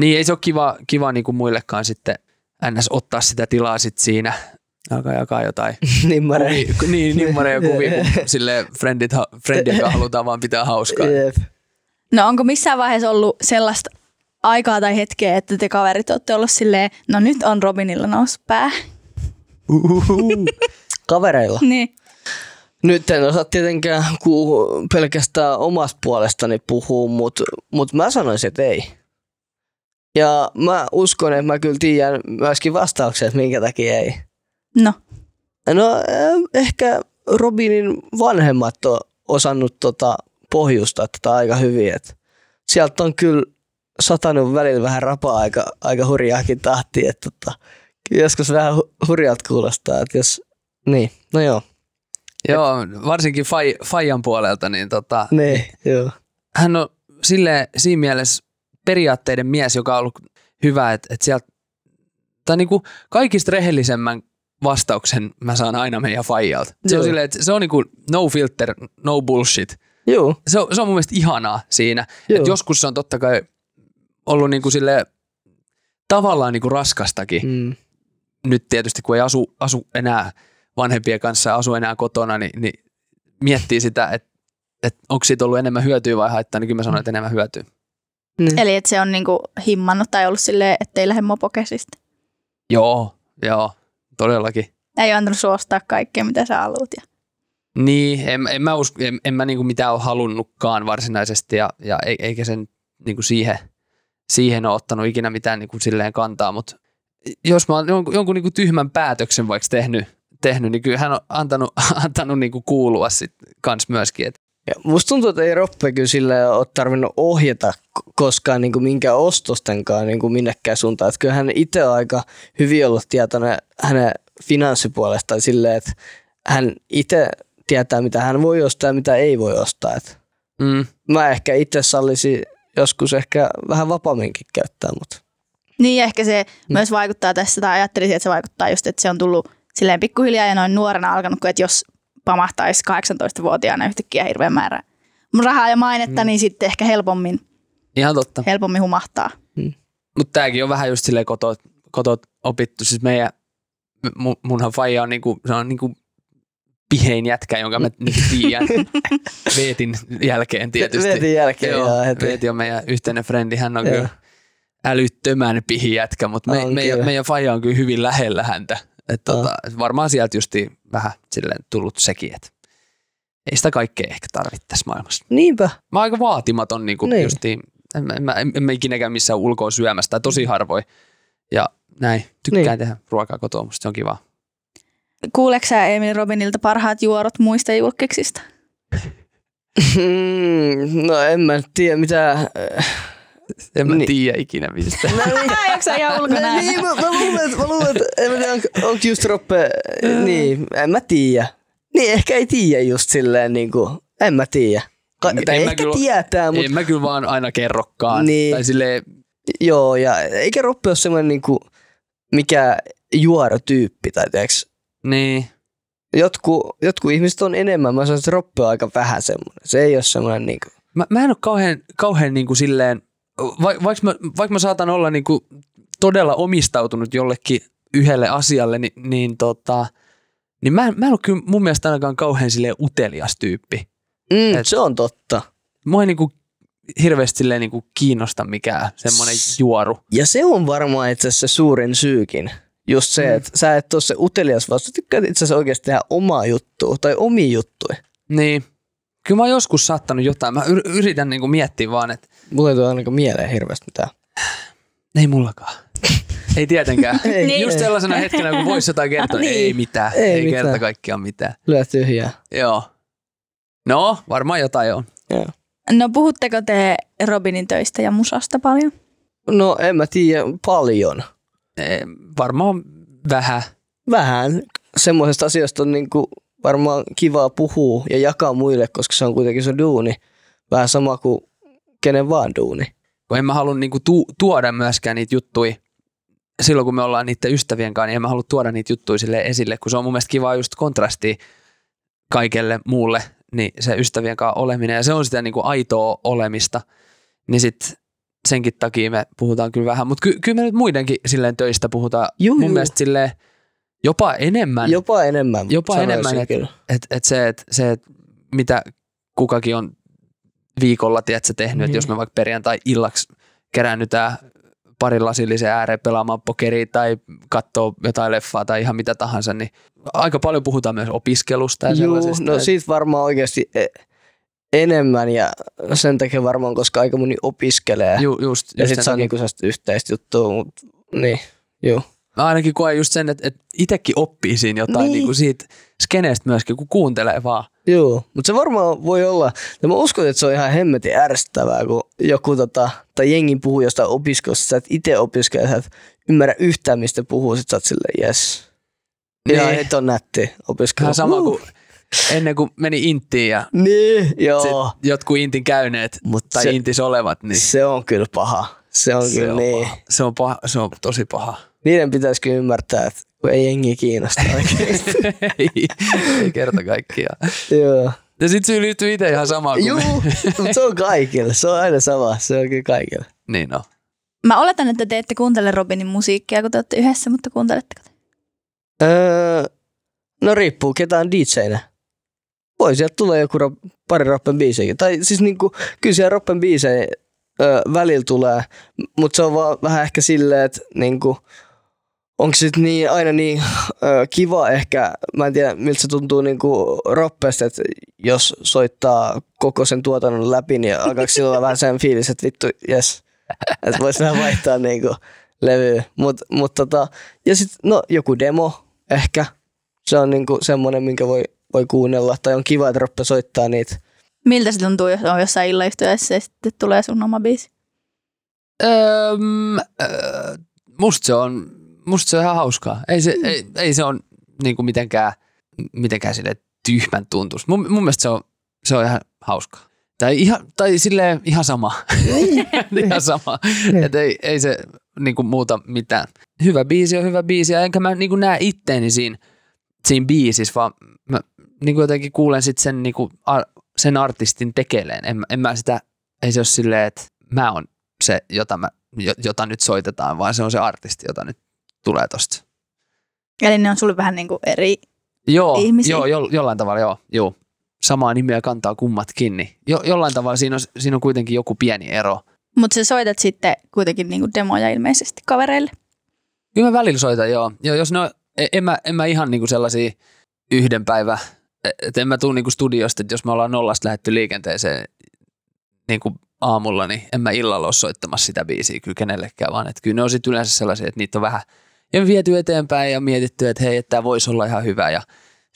Niin, ei se ole kiva, kiva niin kuin muillekaan sitten ns. ottaa sitä tilaa sit siinä, alkaa jakaa jotain.
niin mä rein.
Kuvia- niin, nimmareja kuvia, kun silleen friendit, ha- friendien kanssa halutaan vaan pitää hauskaa.
Jep.
No onko missään vaiheessa ollut sellaista aikaa tai hetkeä, että te kaverit olette ollut silleen, no nyt on Robinilla noussut pää.
Kavereilla.
Niin.
Nyt en osaa tietenkään ku- pelkästään omasta puolestani puhua, mutta mut mä sanoisin, että ei. Ja mä uskon, että mä kyllä tiedän myöskin vastauksia, että minkä takia ei.
No,
No eh, ehkä Robinin vanhemmat on osannut tota pohjustaa tätä aika hyvin. Et sieltä on kyllä satanut välillä vähän rapaa aika, aika hurjaakin tahtiin. Et tota, kyllä joskus vähän hu- hurjalta kuulostaa, että jos... Niin, no joo.
Joo, varsinkin fai, Fajan puolelta, niin tota,
Niin, joo.
hän on sille siinä mielessä periaatteiden mies, joka on ollut hyvä, että, että sieltä, tai niin kuin kaikista rehellisemmän vastauksen mä saan aina meidän faijalta. Se
Joo.
on silleen, että se on niin kuin no filter, no bullshit.
Joo,
Se on, se on mun mielestä ihanaa siinä.
Joo.
Että joskus se on totta kai ollut niin kuin sille tavallaan niin kuin raskastakin.
mm,
Nyt tietysti kun ei asu, asu enää vanhempien kanssa ja asu enää kotona, niin, niin miettii sitä, että, että onko siitä ollut enemmän hyötyä vai haittaa, niin kyllä mä sanoin, että enemmän hyötyä.
niin.
eli että se on niinku himmannut tai ollut silleen, että ei lähde mopokäsistä.
Joo, joo, todellakin.
Ei ole antanut suostaa kaikkea, mitä sä haluut. Ja...
Niin, en, en mä, usko, en, en mä niinku mitään ole halunnutkaan varsinaisesti ja, ja e- eikä sen niinku siihen, siihen ole ottanut ikinä mitään niinku silleen kantaa, mutta jos mä oon jonkun, jonkun niinku tyhmän päätöksen vaikka tehnyt, tehnyt niin kyllä hän on antanut, antanut niinku kuulua sit kans myöskin. Et,
Ja musta tuntuu, että ei Roppe kyllä sillä ole tarvinnut ohjata k- koskaan niin kuin minkään ostostenkaan niin kuin minnekään suuntaan. Että kyllä hän itse on aika hyvin ollut tietoinen hänen finanssipuolestaan silleen, että hän itse tietää, mitä hän voi ostaa ja mitä ei voi ostaa. Et
mm,
mä ehkä itse sallisin joskus ehkä vähän vapaamminkin käyttää, mutta
Niin ja ehkä se mm. myös vaikuttaa tässä, tai ajattelisin, että se vaikuttaa just, että se on tullut silleen pikkuhiljaa ja noin nuorena alkanut, kun että jos pamahtaisi 18-vuotiaana yhtäkkiä hirveän määrä mun rahaa ja mainetta, mm. niin sitten ehkä helpommin,
ihan totta.
helpommin humahtaa.
Mutta tämäkin on vähän just silleen kotot, kotot opittu. Siis meidän, mu- munhan faija on niinku, se on niinku pihein jätkä, jonka mä niinku tiedän Veetin jälkeen tietysti.
Veetin jälkeen, joo, heti.
Veeti on meidän yhteinen frendi, hän on
Joo.
kyllä älyttömän pihi jätkä, mutta me,
On
meidän,
kyllä.
meidän faija on kyllä hyvin lähellä häntä. Et
On.
tota, varmaan sieltä justi vähän silleen tullut sekin, että ei sitä kaikkea ehkä tarvitse tässä maailmassa
niinpä.
mä oon aika vaatimaton niin kuin
Niin.
niin. justiin. En, mä- en, mä- en, en mä ikinä käy missään ulkoa syömässä tai tosi harvoin. Ja näin, tykkään
Niin.
niin. tehdä ruokaa kotoa, musta se on kivaa.
Kuuleeko sä Emil Robinilta parhaat juorot muista julkiksista?
Mm, no en mä nyt tiedä mitä äh,
En mä
Niin.
niin. tiedä ikinä mistä.
No niin.
Ai, onko sä ihan ulkona?
Niin, mä, mä luulen, että, mä luulen, että en mä tiedä, onko, onko just Roppe,
Mm.
niin, en mä tiedä. Niin, ehkä ei tiedä just silleen, niin kuin, en mä tiedä. Ka-
En
tai
mä
ehkä
kyllä-
tietää, mutta
en mä kyllä vaan aina kerrokaan.
No, Niin.
Tai silleen,
joo, ja eikä Roppe ole semmoinen niin kuin, mikä juorotyyppi, tai tiiäks,
niin.
jotkut, jotkut ihmiset on enemmän, mä sanoisin, että Roppe on aika vähän semmoinen. Se ei ole semmoinen niin kuin,
Mä, mä en ole kauhean, kauhean niin kuin silleen, va, vaikka, mä, vaikka mä saatan olla niin kuin todella omistautunut jollekin yhdelle asialle, niin, niin, tota, niin mä, en- mä en ole kyllä mun mielestä ainakaan kauhean silleen utelias tyyppi.
mm,
Et-
se on totta.
Mua ei niin kuin hirveästi silleen niin kuin kiinnosta mikään semmoinen
S-
juoru.
Ja se on varmaan itse asiassa se suurin syykin. Just se,
Mm.
että sä et ole se utelias, vaan sä tykkäät itse asiassa oikeasti tehdä omaa juttua tai omi juttuja.
Niin. Kyllä mä oon joskus saattanut jotain. Mä yr- yritän niin kuin miettiä vaan, että
Mulla ei tule ainakaan mieleen hirveästi mitään.
ei mullakaan. ei tietenkään.
Ei,
Niin.
Just
ei.
sellaisena hetkenä, kun voisi jotain kertoa, niin.
Niin.
ei mitään.
Ei
Ei, ei
mitään.
kerta kaikkiaan mitään.
Lyö tyhjää.
Joo. No, varmaan jotain on.
No puhutteko te Robinin töistä ja musasta paljon?
No en mä tiedä, paljon.
Eh, Varmaan vähän.
Vähän. Semmoisesta asiasta on niinku varmaan kivaa puhua ja jakaa muille, koska se on kuitenkin se duuni. Vähän sama kuin kenen vaan duuni.
Kun en mä halua niinku tu- tuoda myöskään niitä juttuja silloin, kun me ollaan niiden ystävien kanssa, niin en mä halua tuoda niitä juttuja sille esille, kun se on mun mielestä kivaa just kontrasti kaikelle muulle, niin se ystävien kanssa oleminen, ja se on sitä niinku aitoa olemista, niin sit senkin takia me puhutaan kyllä vähän, mutta ky- kyllä me nyt muidenkin silleen töistä puhutaan
Juu,
mun
juu.
mielestä silleen jopa enemmän.
Jopa enemmän.
Jopa
sanoisin
enemmän, et-
kyllä.
Et, et se, et, se et, mitä kukakin on viikolla tiedätkö, tehnyt, niin.
Niin.
että jos me vaikka perjantai-illaksi kerännytään parin lasillisen ääreen pelaamaan pokeria tai katsoo jotain leffaa tai ihan mitä tahansa, niin aika paljon puhutaan myös opiskelusta ja
Juu,
sellaisesta.
no
et-
siitä varmaan oikeasti e- enemmän ja sen takia varmaan, koska aika moni opiskelee.
Ju, just,
ja
just
sitten
sen
se on
takia.
niinku sellaista yhteistä juttua, mutta niin, juu.
Mä ainakin koen just sen, että, että itsekin oppii siinä jotain
Niin.
niin. Niin kuin siitä skeneestä myöskin, kun kuuntelee vaan.
Joo, mutta se varmaan voi olla, ja mä uskon, että se on ihan hemmetin ärsyttävää, kun joku tota, tai jengi puhuu jostain opiskelusta, sä et itse opiskele, sä et ymmärrä yhtään, mistä puhuu, sit sä oot silleen, jes. Ja
Niin.
niin. on nätti opiskelu.
Ihan sama
Uh.
kuin ennen kuin meni Inttiin ja
Niin,
sit
joo.
jotkut Intin käyneet
Mut
tai
se-
Intis olevat, niin
Se on kyllä paha. Se on se kyllä on niin.
paha. Se on, paha, se on tosi paha.
Niiden pitäisi kyllä ymmärtää, että kun ei jengi kiinnosta oikeasti.
ei, ei kerta kaikkiaan.
Joo.
Ja sit syyllistyy itse ihan samaan kuin
Juu,
me.
mutta se on kaikille. Se on aina sama. Se on kyllä kaikille.
Niin no.
Mä oletan, että te ette kuuntele Robinin musiikkia, kun te olette yhdessä, mutta kuunteletteko te?
Öö, no riippuu, ketä on DJnä. Voi sieltä tulee joku rap- pari Roppen biisejäkin. Tai siis niinku, kyllä siellä Roppen biisejä öö, välillä tulee, mutta se on vaan vähän ehkä silleen, että niinku, onko sit niin, aina niin öö, kiva ehkä, mä en tiedä miltä se tuntuu niinku Roppesta, että jos soittaa koko sen tuotannon läpi, niin alkaa sillä olla vähän sen fiilis, että vittu, jes, että voisi vähän vaihtaa niinku levyä. Mut, mut tota, ja sitten no, joku demo ehkä. Se on niinku semmoinen, minkä voi, voi kuunnella. Tai on kiva, että Roppe soittaa niitä.
Miltä se tuntuu, jos on jossain illayhtiössä ja sitten tulee sun oma biisi?
Öm, öö, musta, se on, musta se on ihan hauskaa. Ei se, ei, ei se on niinku mitenkään, mitenkään sille tyhmän tuntus. Mun, mun mielestä se on, se on ihan hauskaa. Tai, ihan, tai silleen ihan sama. ihan sama. Et ei, ei se niinku muuta mitään. Hyvä biisi on hyvä biisi. Ja enkä mä niinku näe itteeni siinä, siinä biisissä, vaan mä niinku jotenkin kuulen sit sen, niinku, ar, sen artistin tekeleen. En, mä- en mä sitä, ei se ole silleen, että mä oon se, jota, mä, jo- jota nyt soitetaan, vaan se on se artisti, jota nyt tulee tosta.
Eli ne on sulle vähän niin kuin eri.
Joo,
Ihmisiä.
joo jo, jollain tavalla joo, joo. Samaa nimeä kantaa kummatkin, niin jo, jollain tavalla siinä on, siinä on kuitenkin joku pieni ero.
Mutta sä soitat sitten kuitenkin niin kuin demoja ilmeisesti kavereille.
Kyllä mä välillä soitan, joo. joo jos no, en, mä, en mä ihan niinku sellaisia yhden päivä, että en mä tuu niinku studiosta, että jos me ollaan nollasta lähetty liikenteeseen niinku aamulla, niin en mä illalla ole soittamassa sitä biisiä kyllä kenellekään, vaan että kyllä ne on sit yleensä sellaisia, että niitä on vähän ja viety eteenpäin ja mietitty, että hei, että tämä voisi olla ihan hyvä ja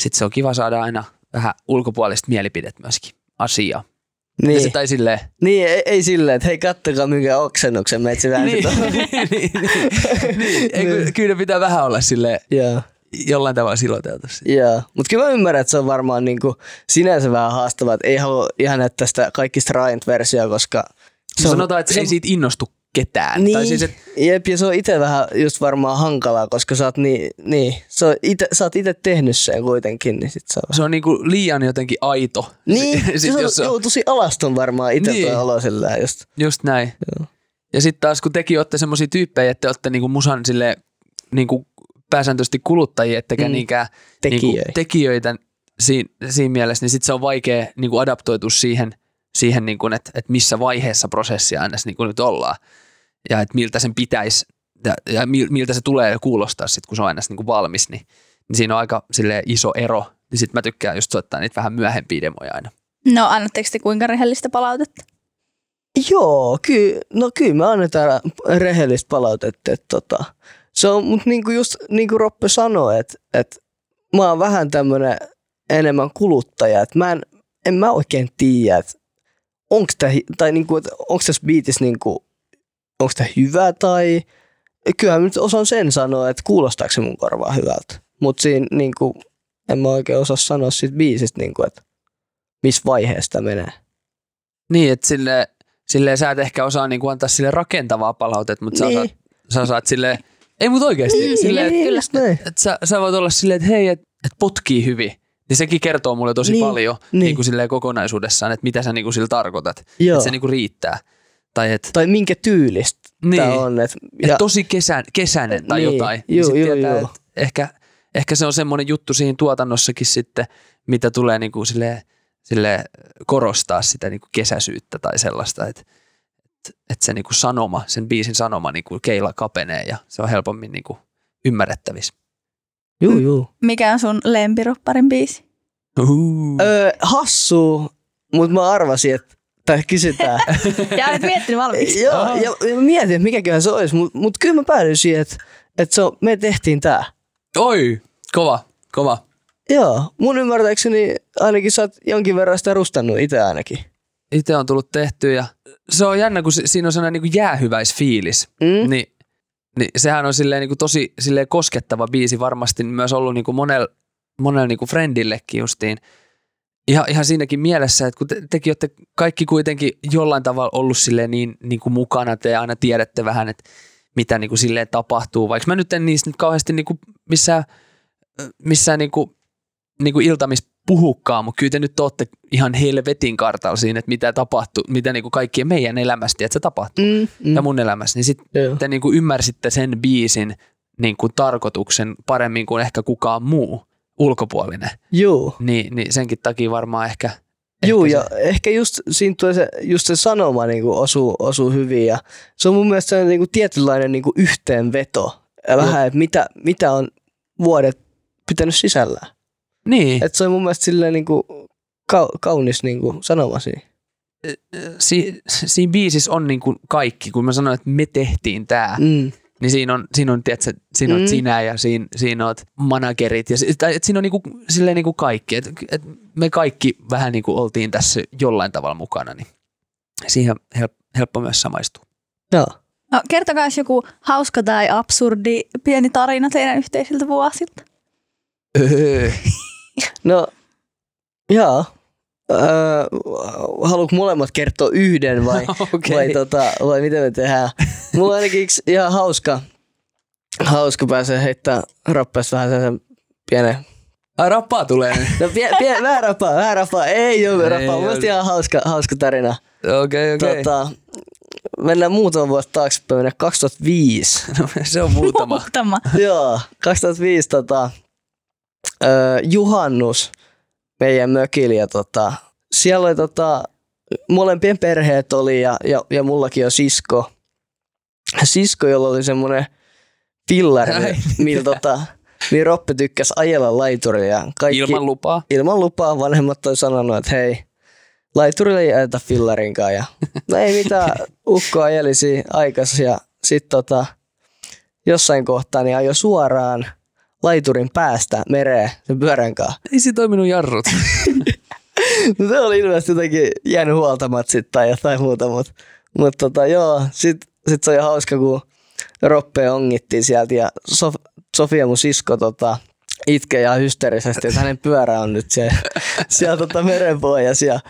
sitten se on kiva saada aina vähän ulkopuolista mielipidet myöskin asia. Ja
Niin,
sit, tai silleen.
niin ei, ei silleen, että hei kattokaa minkä oksennuksen meitsi vähän
Niin,
niin.
niin, niin, niin. niin. ei, kun- Kyllä ne pitää vähän olla silleen
Joo,
jollain tavalla siloteltu. siitä.
joo. Mutta kyllä mä ymmärrän, että se on varmaan niinku sinänsä vähän haastavaa, että ei halua ihan näyttää sitä kaikista raint-versioa, koska se on,
Niin Sanotaan, että se, ei siitä innostu ketään.
Niin,
Tai siis, et,
jep, ja se on itse vähän just varmaan hankalaa, koska sä oot, niin, niin, se on ite, sä oot ite tehnyt sen kuitenkin, niin sit se on
se on niinku liian jotenkin aito.
Niin,
Sit-
se
sit,
on,
jos se on,
joo, tosi alaston varmaan itse
Niin.
niin. olo sillä just.
just näin.
Joo.
Ja sitten taas kun tekin olette semmoisia tyyppejä, että te olette niinku musan sille niinku pääsääntöisesti kuluttajia, ettekä mm.
Mm.
niinkään
Tekijöitä.
Niinku, tekijöitä siinä, siinä mielessä, niin sitten se on vaikea niinku adaptoitua siihen, siihen niinku, että et missä vaiheessa prosessia aina niinku nyt ollaan ja että miltä sen pitäisi ja, ja mil- miltä se tulee kuulostaa sitten, kun se on aina niinku valmis, niin, niin siinä on aika silleen iso ero. Niin sitten mä tykkään just soittaa niitä vähän myöhempiä demoja aina.
No annatteko te kuinka rehellistä palautetta?
Joo, kyllä, no kyllä me annetaan rehellistä palautetta. Että, tota, se on, mutta niinku just niin kuin Roppe sanoi, että, että mä oon vähän tämmönen enemmän kuluttaja, että mä en, en mä oikein tiedä, että onko tai niinku, että onks tässä biitissä niinku, onko tämä hyvä tai kyllähän mä nyt osaan sen sanoa, että kuulostaako se mun korvaa hyvältä. Mutta siinä niinku, en mä oikein osaa sanoa siitä biisistä, niinku, että missä vaiheessa tää menee.
Niin, että sille, sille sä et ehkä osaa niinku antaa sille rakentavaa palautetta, mutta niin.
Niin.
sä, osaat, sä osaat sille ei mut oikeasti, niin, sille,
niin,
että,
just näin.
että sä, sä voit olla silleen, että hei, että et potkii hyvin. Niin sekin kertoo mulle tosi niin,
Niin,
paljon niin.
niin.
Niin kuin silleen kokonaisuudessaan, että mitä sä niin kuin sillä tarkoitat.
Joo.
Että se niin kuin riittää. Tai että
tai minkä tyylistä niin.
Niin.
tämä on. Et,
ja,
ja,
tosi kesän, kesäinen tai
Niin,
jotain.
juu,
sit
juu, juu.
että Ehkä, ehkä se on semmoinen juttu siinä tuotannossakin sitten, mitä tulee niinku sille, sille korostaa sitä niinku kesäisyyttä tai sellaista, että että se niinku sanoma, sen biisin sanoma niinku keila kapenee ja se on helpommin niinku ymmärrettävissä.
juu, juu.
Mikä on sun lempirupparin biisi?
Uhu.
Öö, hassu, mutta mä arvasin, että tai kysytään.
Ja olet miettinyt valmiiksi.
Joo, ja, ja mä mietin, että mikäköhän se olisi, mutta mut kyllä mä päädyin siihen, että et se on, me tehtiin tää.
Oi, kova, kova.
Joo, mun ymmärtääkseni ainakin sä oot jonkin verran sitä rustannut itse ainakin.
Itse on tullut tehty ja se on jännä, kun si- siinä on sellainen niinku jäähyväisfiilis.
Mm?
niin, niin sehän on silleen, niin kuin tosi silleen koskettava biisi varmasti myös ollut niin kuin monella monel, niin kuin friendillekin justiin. Ihan, ihan siinäkin mielessä, että kun te, tekin olette kaikki kuitenkin jollain tavalla ollut silleen niin, niin kuin mukana, te aina tiedätte vähän, että mitä niin kuin silleen tapahtuu. Vaikka mä nyt en niistä nyt kauheasti niin kuin missään, missään niin kuin, niin kuin iltamis puhukaan, mutta kyllä te nyt olette ihan helvetin kartalla siinä, että mitä tapahtuu, mitä niin kuin kaikkien meidän elämästä, että se tapahtuu
Mm, mm,
ja mun elämässä, niin sit
joo.
te niin kuin ymmärsitte sen biisin niin kuin tarkoituksen paremmin kuin ehkä kukaan muu ulkopuolinen.
Juu.
Niin, niin senkin takia varmaan ehkä...
Juu,
ehkä
ja ehkä just siinä tulee se, just se sanoma niin kuin osuu, osuu hyvin ja se on mun mielestä sellainen niin kuin tietynlainen niin kuin yhteenveto. Ja vähän, että mitä, mitä on vuodet pitänyt sisällään.
Se, niin, et,
Et se on mun mielestä silleen niin kuin kau, kaunis niin kuin sanoma siinä.
si, siinä biisissä on niin kuin kaikki. Kun mä sanoin, että me tehtiin tää, mm.
Mm.
niin siinä on, siinä on, tiedätkö, siinä on mm.
Mm.
sinä ja siinä, siinä on managerit. Ja, si- tai, et siinä on niin kuin, silleen niin kuin kaikki. Et, et me kaikki vähän niin kuin oltiin tässä jollain tavalla mukana, niin siihen help, helppo myös samaistua.
Joo.
No, kertokaa joku hauska tai absurdi pieni tarina teidän yhteisiltä vuosilta.
Öö.
No, jaa. Öö, haluatko molemmat kertoa yhden vai?
Okei.
Vai, tota, vai mitä me tehdään? Mulla on ainakin yksi ihan hauska, hauska pääsee heittää rappeesta vähän sen pienen.
Ai rappaa tulee.
No pie, pie, vähän rapaa, vähän rapaa. Ei ole
Ei
rapaa. Mun
ole.
mielestä ihan hauska, hauska tarina.
Okei, okei.
Tota, mennään muutama vuosi taaksepäin, mennään 2005.
No, se on muutama.
Muutama.
Joo, 2005 tota, öö, juhannus meidän mökillä ja tota, siellä oli tota, molempien perheet oli ja, ja, ja mullakin on sisko. Sisko, jolla oli semmoinen fillari,
Ai,
millä tota, niin Roppe tykkäsi ajella laiturilla ja kaikki,
Ilman lupaa.
ilman lupaa vanhemmat on sanonut, että hei, laiturille ei ajeta fillarinkaan. Ja, no ei mitään, ukko ajeli siinä aikas ja sitten tota, jossain kohtaa niin ajoi suoraan laiturin päästä mereen sen pyörän kanssa.
Ei se toiminut jarrut.
No se oli ilmeisesti jotenkin jäänyt huoltamat sitten tai jotain muuta, mutta mut tota, joo, sit, sit se oli hauska, kun Roppe ongittiin sieltä ja Sof, Sofia mun sisko tota, itkee ihan hysteerisesti, että hänen pyörä on nyt siellä, siellä tota merenpohjassa ja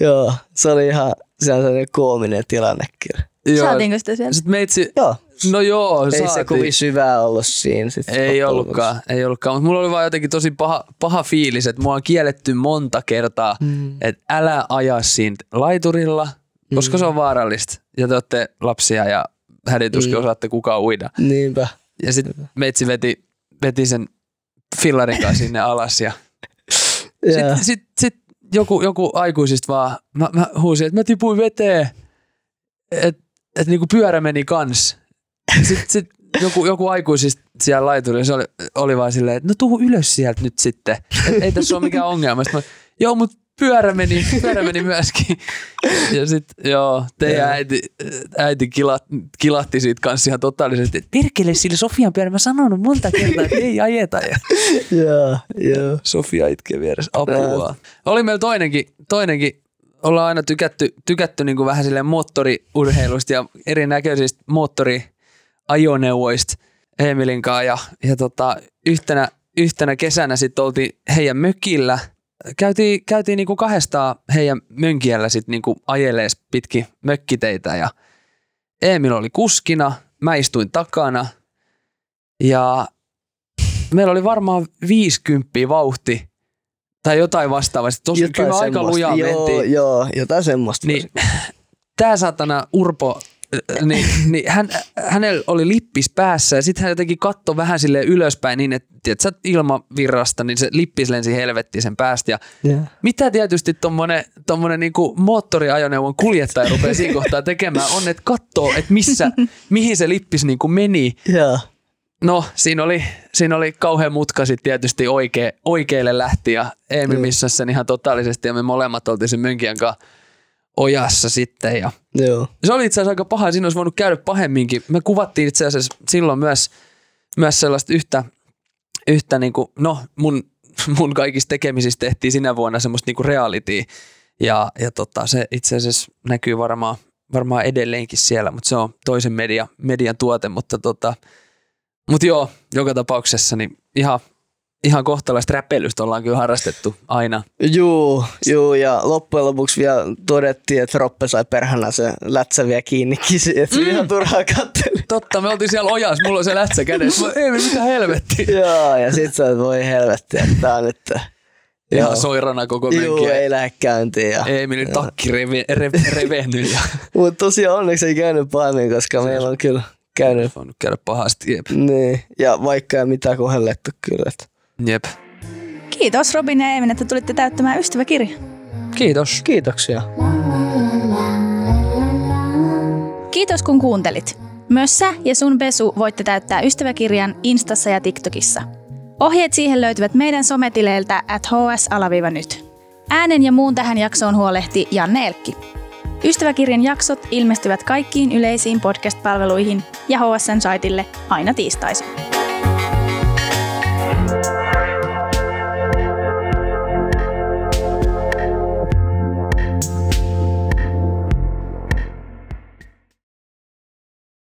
joo, se oli ihan se on sellainen koominen tilanne kyllä.
Joo.
Saatiinko sitä sieltä?
Sitten meitsi,
Joo,
no niinku- joo,
ei se
saatiin.
kovin syvää ollut siinä. Sit
Ei
loppujen
ollutkaan, ei ollutkaan. Mutta mulla oli vaan jotenkin tosi paha, paha fiilis, että mua on kielletty monta kertaa, mm. että älä aja siinä laiturilla, koska se on vaarallista. Ja te olette lapsia ja hädituskin mm. osaatte kukaan uida.
lopuksi. Niinpä.
Ja sitten meitsi veti, veti sen fillarin kanssa sinne alas ja
Yeah.
sitten sit, sit joku, joku aikuisista vaan, mä, mä huusin, että mä tipuin veteen, että et niinku pyörä meni kans. Sitten sit joku, joku aikuisista siellä laiturilla, se oli, oli vaan silleen, että no tuu ylös sieltä nyt sitten. Et, ei tässä ole mikään ongelma. Sitten mä, joo, mut pyörä meni, pyörä meni myöskin. Ja sitten joo, teidän äiti, äiti kila, kilahti siitä kanssa ihan totaalisesti, että perkele sille Sofian pyörä, mä sanonut monta kertaa, että ei ajeta. Ja
Joo, joo.
Sofia itkee vieressä. Apua. Oli meillä toinenkin, toinenkin ollaan aina tykätty, tykätty niin kuin vähän sille moottoriurheilusta ja erinäköisistä moottoriajoneuvoista Emilin kanssa. Ja, ja tota, yhtenä, yhtenä kesänä sitten oltiin heidän mökillä. Käytiin, käytiin niin kuin kahdestaan heidän mönkiellä sitten niin kuin ajelees pitkin mökkiteitä ja Emil oli kuskina, mä istuin takana ja meillä oli varmaan 50 vauhti tai jotain vastaavaa. Sitten Tosi,
Jotain
kyllä aika
semmoista.
lujaa
joo,
mentiin.
Joo, jotain semmoista.
Niin, tämä saatana Urpo, äh, niin, niin hän, hänellä oli lippis päässä ja sitten hän jotenkin katto vähän sille ylöspäin niin, että tiedätkö, ilmavirrasta, niin se lippis lensi helvettiin sen päästä. Ja
Joo.
mitä tietysti tommonen, tommonen niinku moottoriajoneuvon kuljettaja rupeaa siinä kohtaa tekemään on, että katsoo, että missä, mihin se lippis niinku meni.
Joo.
No, siinä oli, siinä oli kauhean mutka sitten tietysti oikee, oikealle lähti ja Emil missasi sen ihan totaalisesti ja me molemmat oltiin sen mönkijän kanssa ojassa sitten ja
Joo.
se oli itse asiassa aika paha, siinä olisi voinut käydä pahemminkin. Me kuvattiin itse asiassa silloin myös, myös sellaista yhtä, yhtä niin kuin, no mun, mun kaikista tekemisistä tehtiin sinä vuonna semmoista niin kuin realitya. Ja, ja tota, se itse asiassa näkyy varmaan, varmaan edelleenkin siellä, mutta se on toisen media, median tuote. Mutta tota, mut joo, joka tapauksessa niin ihan, ihan kohtalaista räpeilystä ollaan kyllä harrastettu aina.
Juu, juu, ja loppujen lopuksi vielä todettiin, että Roppe sai perhana se lätsä vielä kiinni kisi, että mm. ihan turhaa katteli.
Totta, me oltiin siellä ojassa, mulla on se lätsä kädessä. Mä, Ei, mitä helvettiä.
Joo, ja sit sä oot, voi helvetti, että tää on nyt...
Ihan soirana koko
Juu,
mönkijä.
ei lähde käyntiin. Ja...
Emilin takki reve, reve, revennyt ja
Mutta tosiaan onneksi ei käynyt pahemmin, koska meillä on kyllä käynyt.
voinut käydä pahasti. Jep.
Niin, ja vaikka ei mitään kohdellettu kyllä. Että.
Jep.
Kiitos Robin ja Eemin, että tulitte täyttämään ystäväkirjan.
Kiitos.
Kiitoksia.
Kiitos kun kuuntelit. Myös sä ja sun Besu voitte täyttää ystäväkirjan Instassa ja TikTokissa. Ohjeet siihen löytyvät meidän sometileiltä at hs-nyt. Äänen ja muun tähän jaksoon huolehti Janne Elkki. Ystäväkirjan jaksot ilmestyvät kaikkiin yleisiin podcast-palveluihin ja HSN-saitille aina tiistaisin.